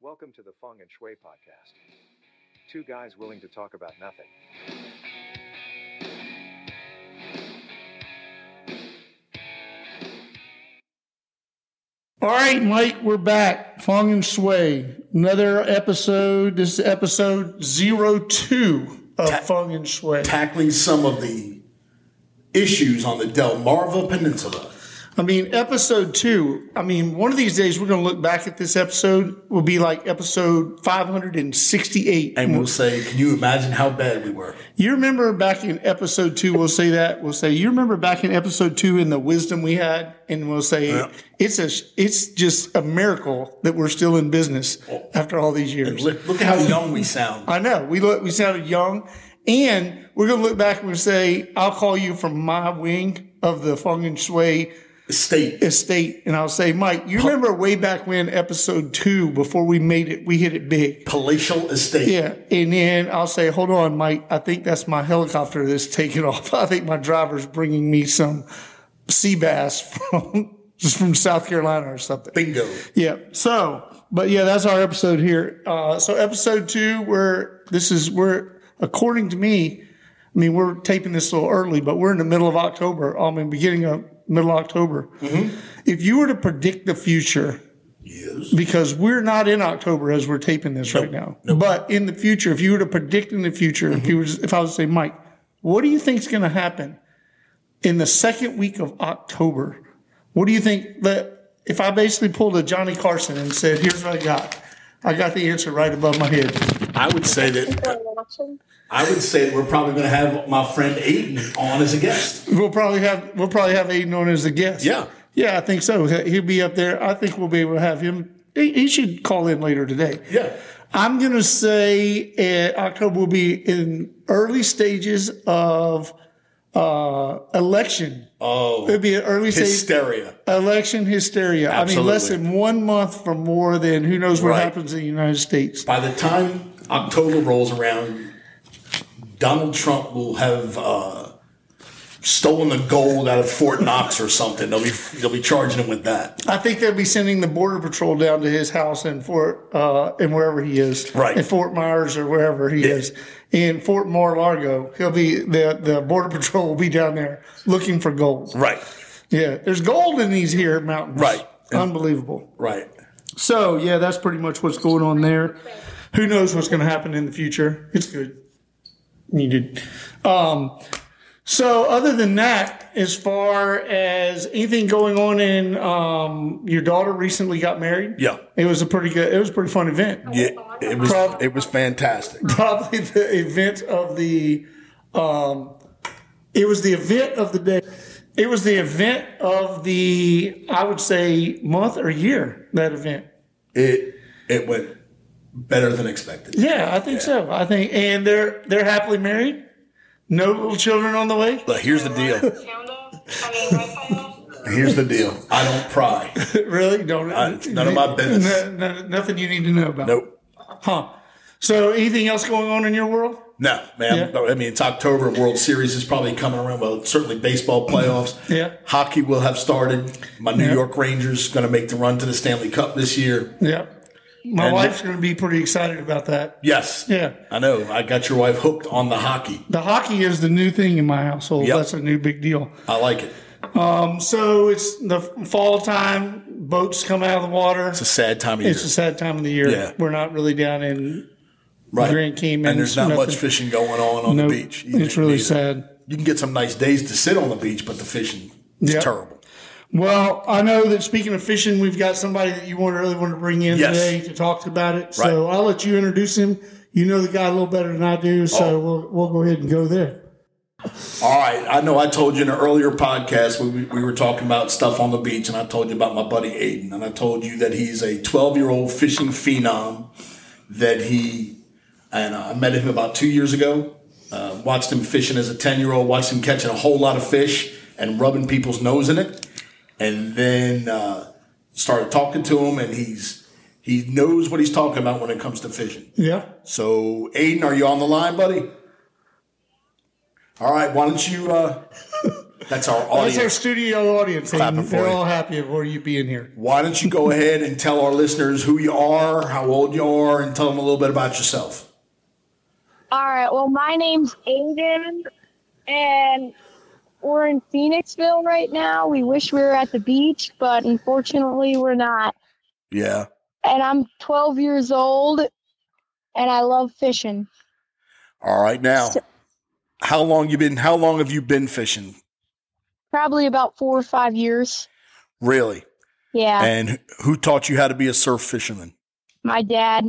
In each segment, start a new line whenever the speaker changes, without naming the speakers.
Welcome to the Feng and Shui podcast. Two guys willing to talk about nothing.
All right, Mike, we're back. Fong and Sway, another episode. This is episode zero two of Fong and Sway.
tackling some of the issues on the Delmarva Peninsula.
I mean, episode two. I mean, one of these days we're going to look back at this episode. Will be like episode five hundred and sixty-eight.
And we'll say, can you imagine how bad we were?
You remember back in episode two? We'll say that. We'll say you remember back in episode two and the wisdom we had, and we'll say
Yeah.
it's a it's just a miracle that we're still in business
Oh.
after all these years.
Look, look at how young we sound.
I know. We look, we sounded young, and we're gonna look back and we'll say, "I'll call you from my wing of the Feng and Shui
State.
estate," and I'll say, "Mike, you remember way back when episode two, before we made it, we hit it big."
Palatial estate.
Yeah, and then I'll say, "Hold on, Mike. I think that's my helicopter that's taking off. I think my driver's bringing me some sea bass from from South Carolina or something."
Bingo.
Yeah. So, but yeah, that's our episode here. Uh, so episode two, where this is, we're according to me, I mean, we're taping this a little early, but we're in the middle of October. I mean, beginning of middle October. If you were to predict the future,
Yes.
because we're not in October as we're taping this right now, but in the future, if you were to predict in the future, if you were, if I was to say, Mike, what do you think's going to happen in the second week of October? What do you think that if I basically pulled a Johnny Carson and said, "Here's what I got," I got the answer right above my head.
I would say that I would say that we're probably going to have my friend Aiden on as a guest.
We'll probably have we'll probably have Aiden on as a guest.
Yeah.
yeah, I think so. He'll be up there. I think we'll be able to have him. He, he should call in later today.
Yeah.
I'm going to say uh, October will be in early stages of uh, election.
Oh,
It'll be an early stage
hysteria.
election hysteria. I mean, less
Absolutely.
than one month from more than who knows what
Right.
happens in the United States.
By the time October rolls around, Donald Trump will have uh, stolen the gold out of Fort Knox or something. They'll be they'll be charging him with that.
I think they'll be sending the border patrol down to his house in Fort uh, and wherever he is,
Right.
in Fort Myers or wherever he is, in Fort Mar-a-Lago. He'll be the the border patrol will be down there looking for gold.
Right.
Yeah, there's gold in these here mountains.
Right.
Unbelievable.
Right.
So, yeah, that's pretty much what's going on there. Who knows what's going to happen in the future? It's good. Needed. Um, so, other than that, as far as anything going on in um, your daughter recently got married,
Yeah.
it was a pretty good, it was a pretty fun event.
Yeah, it was
Prob-
it was fantastic.
Probably the event of the, um, it was the event of the day. It was the event of the, I would say, month or year, that event.
It it went better than expected.
Yeah, I think so. I think, and they're they're happily married, no little children on the way,
But here's the deal.
Here's the deal. I don't pry.
really. Don't
Uh, it's none of my business.
No, no, nothing you need to know about.
Nope.
Huh. So, anything else going on in your world?
No, man.
Yeah.
I mean, it's October. World Series is probably coming around. Well, certainly baseball playoffs.
Yeah.
Hockey will have started. My New
Yeah.
York Rangers going to make the run to the Stanley Cup this year.
Yeah. My
And-
wife's going to be pretty excited about that.
Yes.
Yeah.
I know. I got your wife hooked on the hockey.
The hockey is the new thing in my household.
Yep.
That's a new big deal. Um,
I like it.
So it's the fall time. Boats come out of the water.
It's a sad time of
It's a
year.
sad time of the year.
Yeah.
We're not really down in.
Right.
Grand Cayman,
and there's not
nothing.
much fishing going on on
No,
the beach.
it's really
Neither.
sad.
You can get some nice days to sit on the beach, but the fishing is
Yeah.
terrible.
Well, I know that speaking of fishing, we've got somebody that you want really want to bring in
Yes.
today to talk about it. So I'll let you introduce him. You know the guy a little better than I do, so
Oh.
we'll we'll go ahead and go there.
All right. I know I told you in an earlier podcast we, we were talking about stuff on the beach, and I told you about my buddy Aiden, and I told you that he's a 12 year old fishing phenom that he, and uh, I met him about two years ago. Uh, watched him fishing as a 10 year old, watched him catching a whole lot of fish and rubbing people's nose in it. And then uh, started talking to him, and he's he knows what he's talking about when it comes to fishing.
Yeah.
So, Aiden, are you on the line, buddy? All right, why don't you uh, That's our audience.
That's our studio audience.
Clapping
And
for
they're
you.
all happy for you being here.
Why don't you go ahead and tell our listeners who you are, how old you are, and tell them a little bit about yourself.
All right. Well, my name's Aiden, and we're in Phoenixville right now. We wish we were at the beach, but unfortunately, we're not.
Yeah.
And I'm 12 years old, and I love fishing.
All right. Now, how long you been? How long have you been fishing?
Probably about four or five years.
Really?
Yeah,
And who taught you how to be a surf fisherman?
my dad.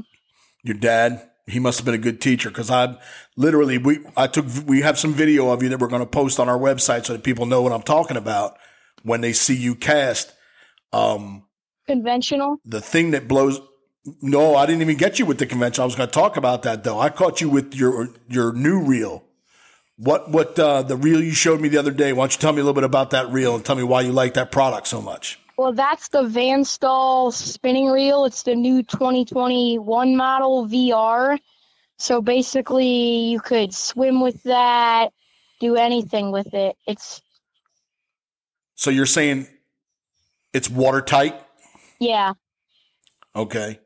Your dad. He must have been a good teacher because I literally we I took we have some video of you that we're going to post on our website so that people know what I'm talking about when they see you cast. Um,
Conventional.
the thing that blows no i didn't even get you with the convention i was going to talk about that though i caught you with your your new reel what what uh, the reel you showed me the other day why don't you tell me a little bit about that reel and tell me why you like that product so much
Well, that's the Van Stahl spinning reel. It's the new 2021 model VR. So basically, you could swim with that, do anything with it. It's,
so you're saying it's watertight
yeah,
okay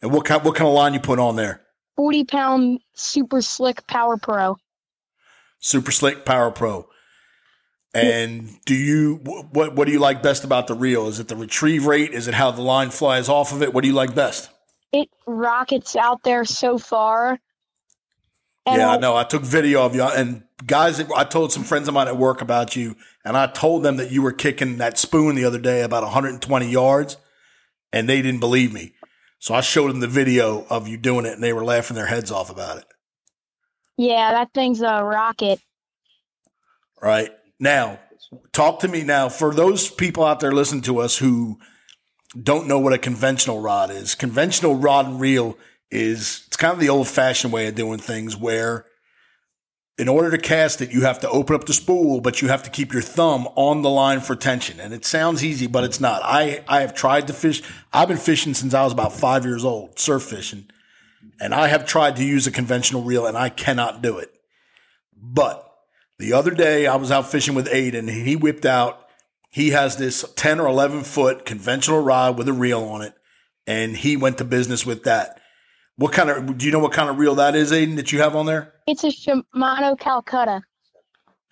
and what kind what kind of line you put on there
40 pound super slick Power Pro.
super slick power pro and do you wh- what what do you like best about the reel is it the retrieve rate is it how the line flies off of it what do you like best
It rockets out there so far. And
yeah, I
I-
know. I took video of you and guys. that- I told some friends of mine at work about you, and I told them that you were kicking that spoon the other day about 120 yards, and they didn't believe me. So I showed them the video of you doing it, and they were laughing their heads off about it.
yeah, that thing's a rocket.
Right now, talk to me now. For those people out there listening to us who don't know what a conventional rod is, conventional rod and reel is it's kind of the old fashioned way of doing things where in order to cast it, you have to open up the spool, but you have to keep your thumb on the line for tension. And it sounds easy, but it's not. I, I have tried to fish. I've been fishing since I was about five years old, surf fishing. And I have tried to use a conventional reel and I cannot do it. But the other day I was out fishing with Aiden and he whipped out, he has this 10 or 11 foot conventional rod with a reel on it. And he went to business with that. What kind of, do you know what kind of reel that is, Aiden, that you have on there?
It's a Shimano Calcutta.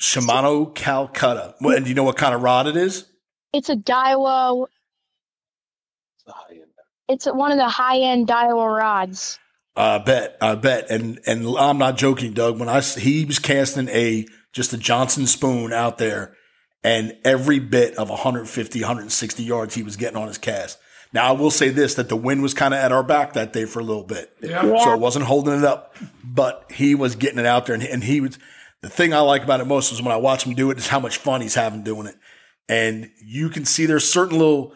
Shimano Calcutta. Well, And do you know what kind of rod it is?
It's a Daiwa. It's a- one of the high end Daiwa rods.
I bet, I bet, and and I'm not joking, Doug. When I s- he was casting a just a Johnson spoon out there, and every bit of 150, 160 yards he was getting on his cast. Now I will say this: that the wind was kind of at our back that day for a little bit,
Yeah.
so it wasn't holding it up, but he was getting it out there, and, and he was. The thing I like about it most is when I watch him do it is how much fun he's having doing it, and you can see there's certain little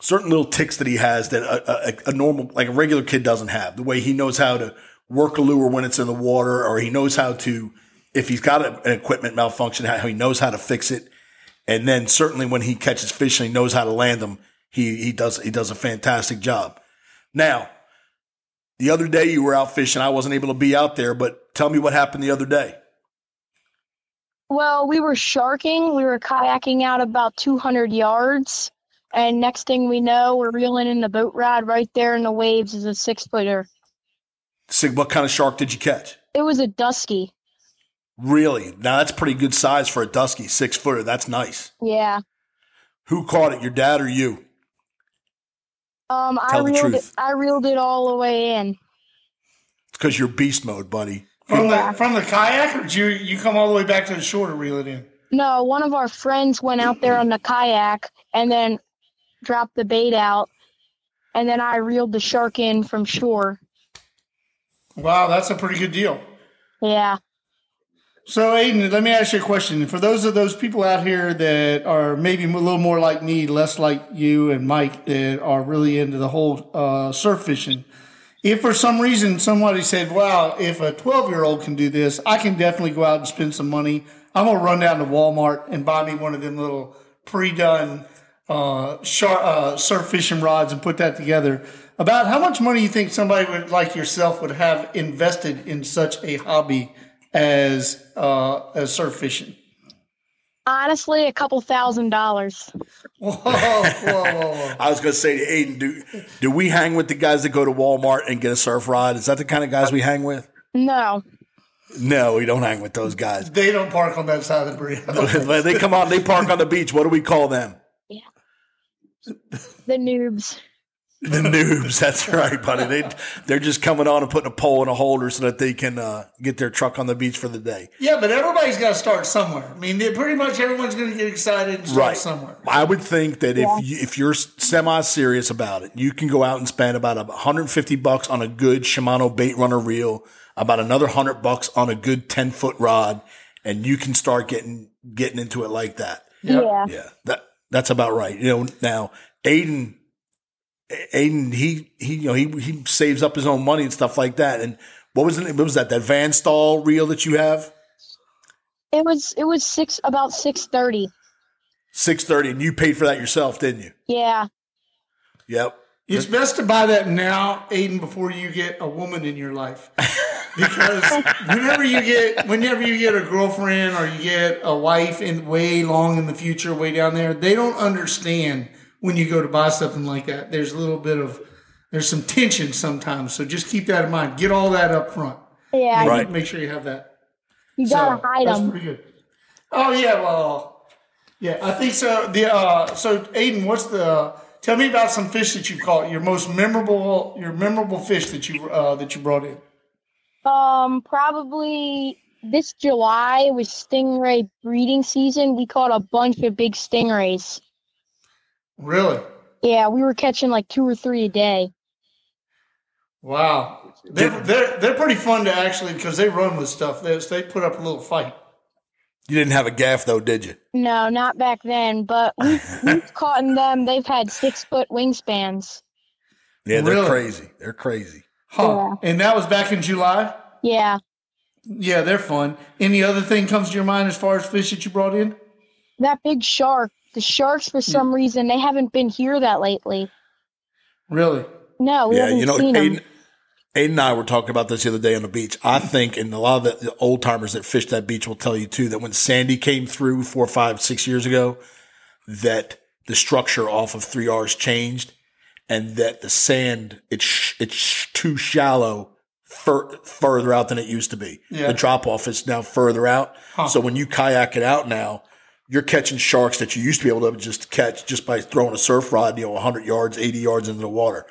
certain little ticks that he has that a, a, a normal, like a regular kid doesn't have. The way he knows how to work a lure when it's in the water, or he knows how to, if he's got a- an equipment malfunction, how he knows how to fix it. And then certainly when he catches fish and he knows how to land them, he, he does, he does a fantastic job. Now, the other day you were out fishing. I wasn't able to be out there, but tell me what happened the other day.
Well, we were sharking. We were kayaking out about 200 yards. And next thing we know, we're reeling in the boat rod right there in the waves is a six footer.
Sig, what kind of shark did you catch?
It was a dusky.
Really? Now that's pretty good size for a dusky six footer. That's nice.
Yeah.
Who caught it? Your dad or you?
Um, I
Tell the
reeled it,
truth.
I reeled it all the way in.
It's because you're beast mode, buddy.
From the from the kayak, or did you you come all the way back to the shore to reel it in?
No, one of our friends went out there on the kayak and then dropped the bait out. And then I reeled the shark in from shore.
Wow, that's a pretty good deal.
Yeah.
So, Aiden, let me ask you a question. For those of those people out here that are maybe a little more like me, less like you and Mike, that are really into the whole uh, surf fishing, if for some reason somebody said, "Wow, if a twelve-year-old can do this, I can definitely go out and spend some money. I'm gonna run down to Walmart and buy me one of them little pre-done uh, shar uh, surf fishing rods and put that together." About how much money you think somebody would like yourself would have invested in such a hobby as uh, as surf fishing?
Honestly, a couple thousand dollars.
Whoa, whoa, whoa, whoa.
I was going to say to Aiden, do, do we hang with the guys that go to Walmart and get a surf rod? Is that the kind of guys we hang with?
No.
No, we don't hang with those guys.
They don't park on that side of the bridge.
But they come out, they park on the beach. What do we call them?
The noobs.
The noobs. That's right, buddy. They they're just coming on and putting a pole in a holder so that they can uh, get their truck on the beach for the day.
yeah, but everybody's got to start somewhere. I mean, they- pretty much everyone's going to get excited and start somewhere.
I would think that if you, if you're semi serious about it, you can go out and spend about 150 bucks on a good Shimano bait runner reel, about another 100 bucks on a good 10 foot rod, and you can start getting getting into it like that.
Yeah.
Yeah, that that's about right. You know, now Aiden, Aiden, he he, you know, he he saves up his own money and stuff like that. And what was the, what was that that Van Stall reel that you have
It was it was six about six thirty.
six thirty, and you paid for that yourself, didn't you?
Yeah.
Yep.
It's best to buy that now, Aiden, before you get a woman in your life. Because whenever you get whenever you get a girlfriend or you get a wife in way long in the future, way down there, they don't understand when you go to buy something like that. There's a little bit of there's some tension sometimes. So just keep that in mind. Get all that up front.
Yeah.
Right.
Make sure you have that.
You gotta
So,
hide
that's
'em. hide them.
pretty good. Oh yeah, well, yeah, I think so. The uh, so Aiden, what's the? Tell me about some fish that you caught. Your most memorable, your memorable fish that you uh, that you brought in.
Um, probably this July was stingray breeding season. We caught a bunch of big stingrays.
Really?
Yeah, we were catching like two or three a day.
Wow. They're, they're they're pretty fun to actually because they run with stuff. They they put up a little fight.
You didn't have a gaff though, did you?
No, not back then, but we've, we've caught in them. They've had six foot wingspans.
Yeah, they're
Really?
crazy. They're crazy.
Huh. And that was back in July.
Yeah.
Yeah, they're fun. Any other thing comes to your mind as far as fish that you brought in?
That big shark, the sharks, for
Mm.
some reason, they haven't been here that lately.
Really?
No, we
yeah,
Oh, haven't
you know,
seen
Aiden,
them.
Aiden and I were talking about this the other day on the beach. I think, and a lot of the, the old timers that fish that beach will tell you too, that when Sandy came through four, five, six years ago, that the structure off of three R's changed, and that the sand it's sh- it's sh- too shallow. Fur- further out than it used to be.
Yeah.
The drop off is now further out.
Huh.
So when you kayak it out now, you're catching sharks that you used to be able to just catch just by throwing a surf rod, you know, 100 yards, 80 yards into the water.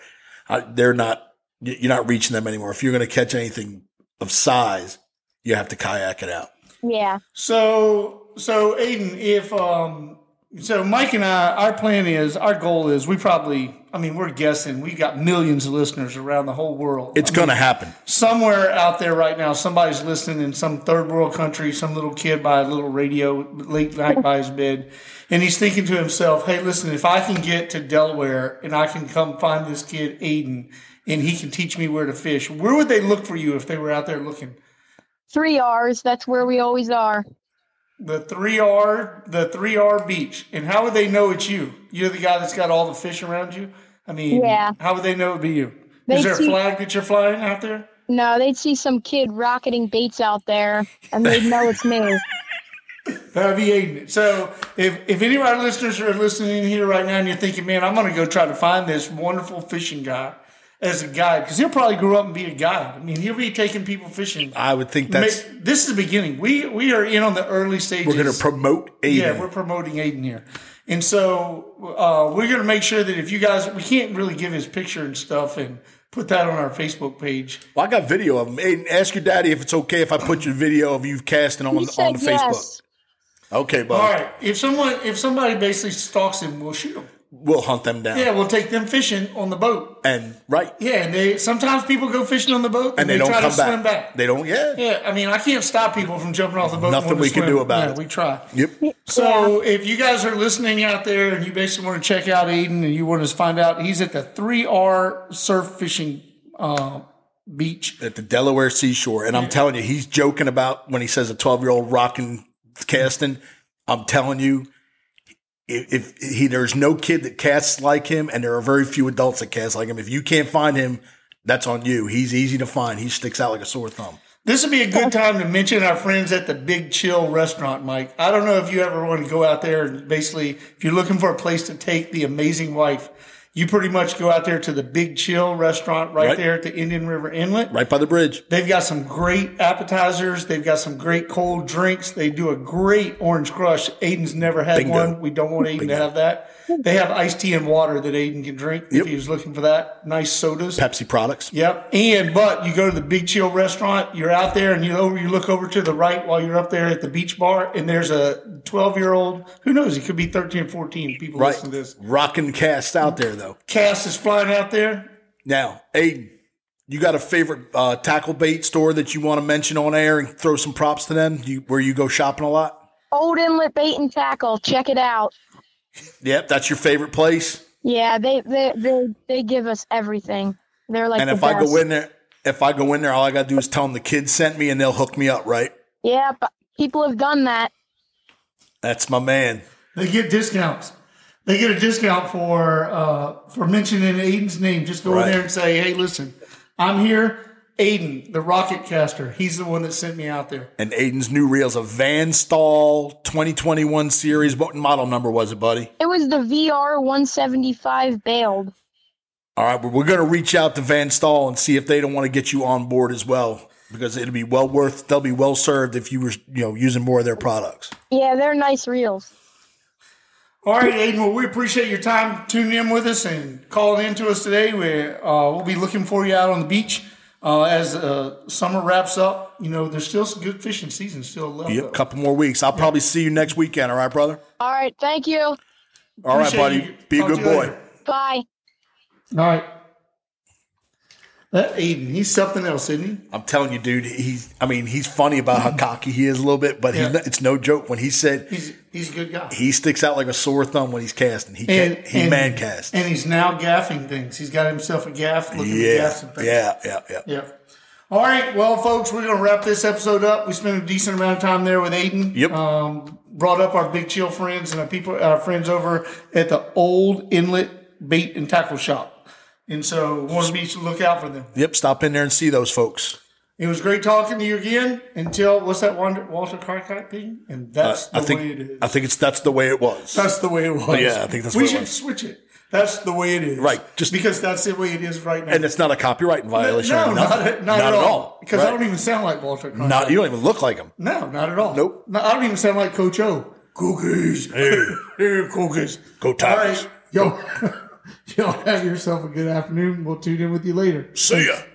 I, they're not, y- you're not reaching them anymore. If you're going to catch anything of size, you have to kayak it out.
Yeah.
So, so Aiden, if um, so Mike and I, our plan is, our goal is, we probably, I mean, we're guessing, we got millions of listeners around the whole world.
It's going to happen.
somewhere out there right now. Somebody's listening in some third world country. Some little kid by a little radio late night by his bed, and he's thinking to himself, "Hey, listen, if I can get to Delaware and I can come find this kid Aiden, and he can teach me where to fish, where would they look for you if they were out there looking?"
Three R's. That's where we always are.
The three R, the three R beach, and how would they know it's you? You're the guy that's got all the fish around you. I mean,
Yeah.
How would they know it'd be you?
They
Is there a
see-
flag that you're flying out there?
No, they'd see some kid rocketing baits out there and they'd know it's me.
That'd be Aiden. So, if if any of our listeners are listening in here right now and you're thinking, man, I'm going to go try to find this wonderful fishing guy as a guide, because he'll probably grow up and be a guide. I mean, he'll be taking people fishing.
I would think
Ma-
that's,
this is the beginning. We we are in on the early stages.
we're going to promote Aiden.
Yeah, we're promoting Aiden here. And so uh, we're going to make sure that if you guys, we can't really give his picture and stuff and put that on our Facebook page.
well, I got video of him. Aiden, ask your daddy if it's okay if I put your video of you casting on,
He
on
said
the
yes.
Facebook. Okay, bud.
All right. If someone, if somebody basically stalks him, we'll shoot him.
We'll hunt them down.
Yeah, we'll take them fishing on the boat.
And right.
Yeah, and they sometimes people go fishing on the boat and,
And they, don't
try
come
to
back.
swim back.
They don't, yeah.
Yeah, I mean, I can't stop people from jumping off the boat. and wanting
Nothing
to
we can
swim.
do about
Yeah,
it.
We try.
Yep.
So if you guys are listening out there and you basically want to check out Aiden and you want to find out, he's at the 3R Surf Fishing uh, Beach.
at the Delaware seashore. And I'm telling you, he's joking about when he says a 12 year old rocking casting. I'm telling you, if, if he there's no kid that casts like him, and there are very few adults that cast like him. If you can't find him, that's on you. He's easy to find. He sticks out like a sore thumb.
This would be a good time to mention our friends at the Big Chill restaurant, Mike. I don't know if you ever want to go out there and basically, if you're looking for a place to take the amazing wife, you pretty much go out there to the Big Chill restaurant right,
Right.
there at the Indian River Inlet.
Right by the bridge.
They've got some great appetizers. They've got some great cold drinks. They do a great orange crush. Aiden's never had
Bingo.
one. We don't want Aiden
Bingo.
to have that. They have iced tea and water that Aiden can drink
Yep.
if he was looking for that. Nice sodas.
Pepsi products.
Yep. And but you go to the Big Chill restaurant, you're out there and you over you look over to the right while you're up there at the beach bar and there's a 12-year-old, who knows, he could be 13 or 14 people
Right.
listen to this.
Rockin' cast out there though.
Cass is flying out there.
Now, Aiden, you got a favorite uh, tackle bait store that you want to mention on air and throw some props to them? You, where you go shopping a lot?
Old Inlet Bait and Tackle. Check it out.
Yep, that's your favorite place.
Yeah, they they they, they give us everything. They're like
and
the
if I
best.
go in there, if I go in there, all I got to do is tell them the kid sent me, and they'll hook me up. Right?
yeah, but people have done that.
That's my man.
They get discounts. They get a discount for uh, for mentioning Aiden's name. Just go
Right.
in there and say, "Hey, listen, I'm here." Aiden, the rocket caster, he's the one that sent me out there.
And Aiden's new reel's a Van Stall 2021 series. What model number was it, buddy?
It was the VR 175 bailed.
All right, but we're going to reach out to Van Stall and see if they don't want to get you on board as well, because it'll be well worth. They'll be well served if you were, you know, using more of their products.
Yeah, they're nice reels.
All right, Aiden. Well, we appreciate your time tuning in with us and calling in to us today. We uh, we'll be looking for you out on the beach uh, as uh, summer wraps up. You know, there's still some good fishing season still left.
Yep,
though.
couple more weeks. I'll probably see you next weekend. All right, brother.
All right, thank you.
All right,
Appreciate you.
buddy. Be a
Talk to
good
you
boy.
later.
Bye.
All right. That Aiden, he's something else, isn't he?
I'm telling you, dude. He's. I mean, he's funny about how cocky he is a little bit, but
Yeah.
he, it's no joke when he said
He's he's a good guy.
he sticks out like a sore thumb when he's casting. He
And-
can't, he
and-
man casts.
And he's now gaffing things. He's got himself a gaff looking to
Yeah,
gaff some things.
yeah, yeah, yeah.
Yep. All right. Well, folks, we're going to wrap this episode up. We spent a decent amount of time there with Aiden.
Yep.
Um, brought up our big chill friends and our people, our friends over at the old inlet bait and tackle shop. And so want to be to look out for them.
Yep. Stop in there and see those folks.
It was great talking to you again until what's that Wander- Walter Carcott thing? And that's the
Uh, I think.
way it is.
I think it's that's the way it was.
that's the way it was.
yeah, I think that's
we
what it
should
was.
switch it. That's the way it is.
Right, just-
because that's the way it is right now.
and it's not a copyright violation.
no,
or
not,
nothing.
at- not, at all. Because
Right.
I don't even sound like Walter Cronkite.
Not you don't even look like him.
No, not at all.
Nope.
No, I don't even sound like Coach O. Cookies.
Hey,
Hey, cookies.
Go Tigers.
All right. Yo, y'all have yourself a good afternoon. We'll tune in with you later.
see ya.